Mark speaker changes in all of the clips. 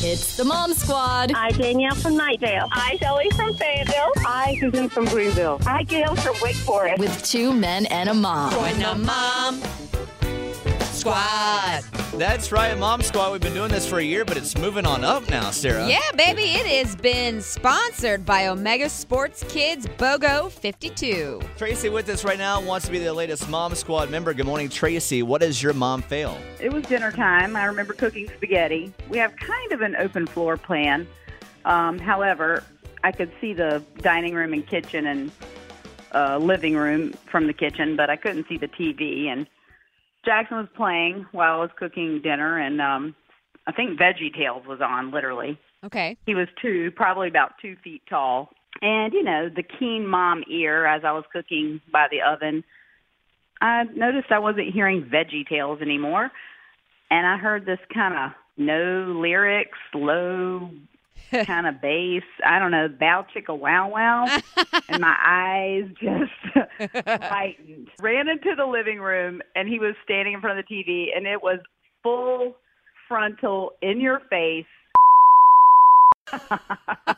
Speaker 1: It's the Mom Squad.
Speaker 2: I, Danielle from Nightvale.
Speaker 3: I, Shelly from Fayetteville.
Speaker 4: I, Susan from Greenville.
Speaker 5: I, Gail from Wake Forest.
Speaker 1: With two men and a mom.
Speaker 6: Join the Mom Squad.
Speaker 7: That's right, Mom Squad. We've been doing this for a year, but it's moving on up now, Sarah.
Speaker 6: Yeah, baby, it has been sponsored by Omega Sports Kids BOGO 52.
Speaker 7: Tracy with us right now wants to be the latest Mom Squad member. Good morning, Tracy. What is your mom fail?
Speaker 8: It was dinner time. I remember cooking spaghetti. We have kind of an open floor plan. Um, however, I could see the dining room and kitchen and uh, living room from the kitchen, but I couldn't see the TV. And Jackson was playing while I was cooking dinner, and um, I think Veggie Tales was on. Literally,
Speaker 6: Okay.
Speaker 8: he was two, probably about two feet tall, and you know the keen mom ear as I was cooking by the oven. I noticed I wasn't hearing Veggie Tales anymore, and I heard this kind of no lyrics, low kind of bass. I don't know, bow chicka wow wow, and my eyes just frightened. Ran into the living room, and he was standing in front of the TV, and it was full frontal, in your face.
Speaker 6: And Uh,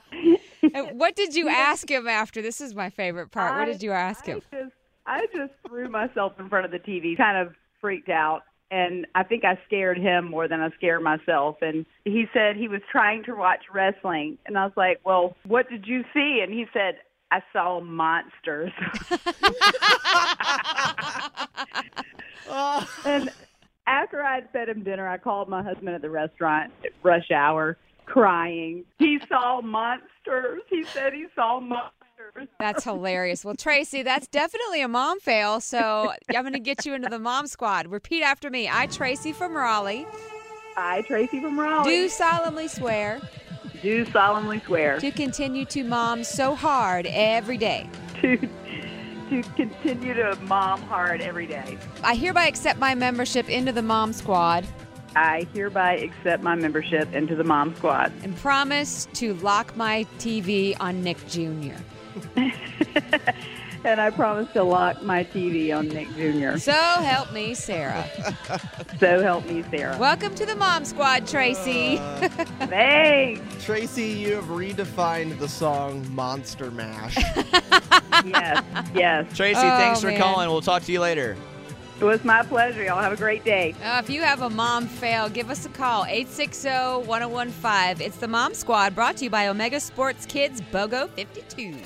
Speaker 6: what did you ask him after? This is my favorite part. What
Speaker 8: I-
Speaker 6: did you ask him?
Speaker 8: I just, I just threw myself in front of the TV, kind of freaked out. And I think I scared him more than I scared myself. And he said he was trying to watch wrestling. And I was like, Well, what did you see? And he said, I saw monsters. and after I'd fed him dinner, I called my husband at the restaurant at rush hour crying. He saw monsters. He said he saw monsters.
Speaker 6: That's hilarious. Well, Tracy, that's definitely a mom fail. So I'm going to get you into the mom squad. Repeat after me. I, Tracy from Raleigh,
Speaker 8: I, Tracy from Raleigh.
Speaker 6: do solemnly swear
Speaker 8: do solemnly swear
Speaker 6: to continue to mom so hard every day.
Speaker 8: to to continue to mom hard every day.
Speaker 6: I hereby accept my membership into the mom squad
Speaker 8: I hereby accept my membership into the Mom Squad.
Speaker 6: and promise to lock my TV on Nick Jr.
Speaker 8: And I promise to lock my TV on Nick Jr.
Speaker 6: So help me, Sarah.
Speaker 8: So help me, Sarah.
Speaker 6: Welcome to the mom squad, Tracy.
Speaker 8: Thanks.
Speaker 9: Tracy, you have redefined the song Monster Mash.
Speaker 8: yes, yes.
Speaker 7: Tracy,
Speaker 6: Oh,
Speaker 7: thanks for
Speaker 6: man.
Speaker 7: calling. We'll talk to you later.
Speaker 8: It was my pleasure. Y'all have a great day.
Speaker 6: Uh, if you have a mom fail, give us a call 860 1015. It's the Mom Squad brought to you by Omega Sports Kids BOGO 52.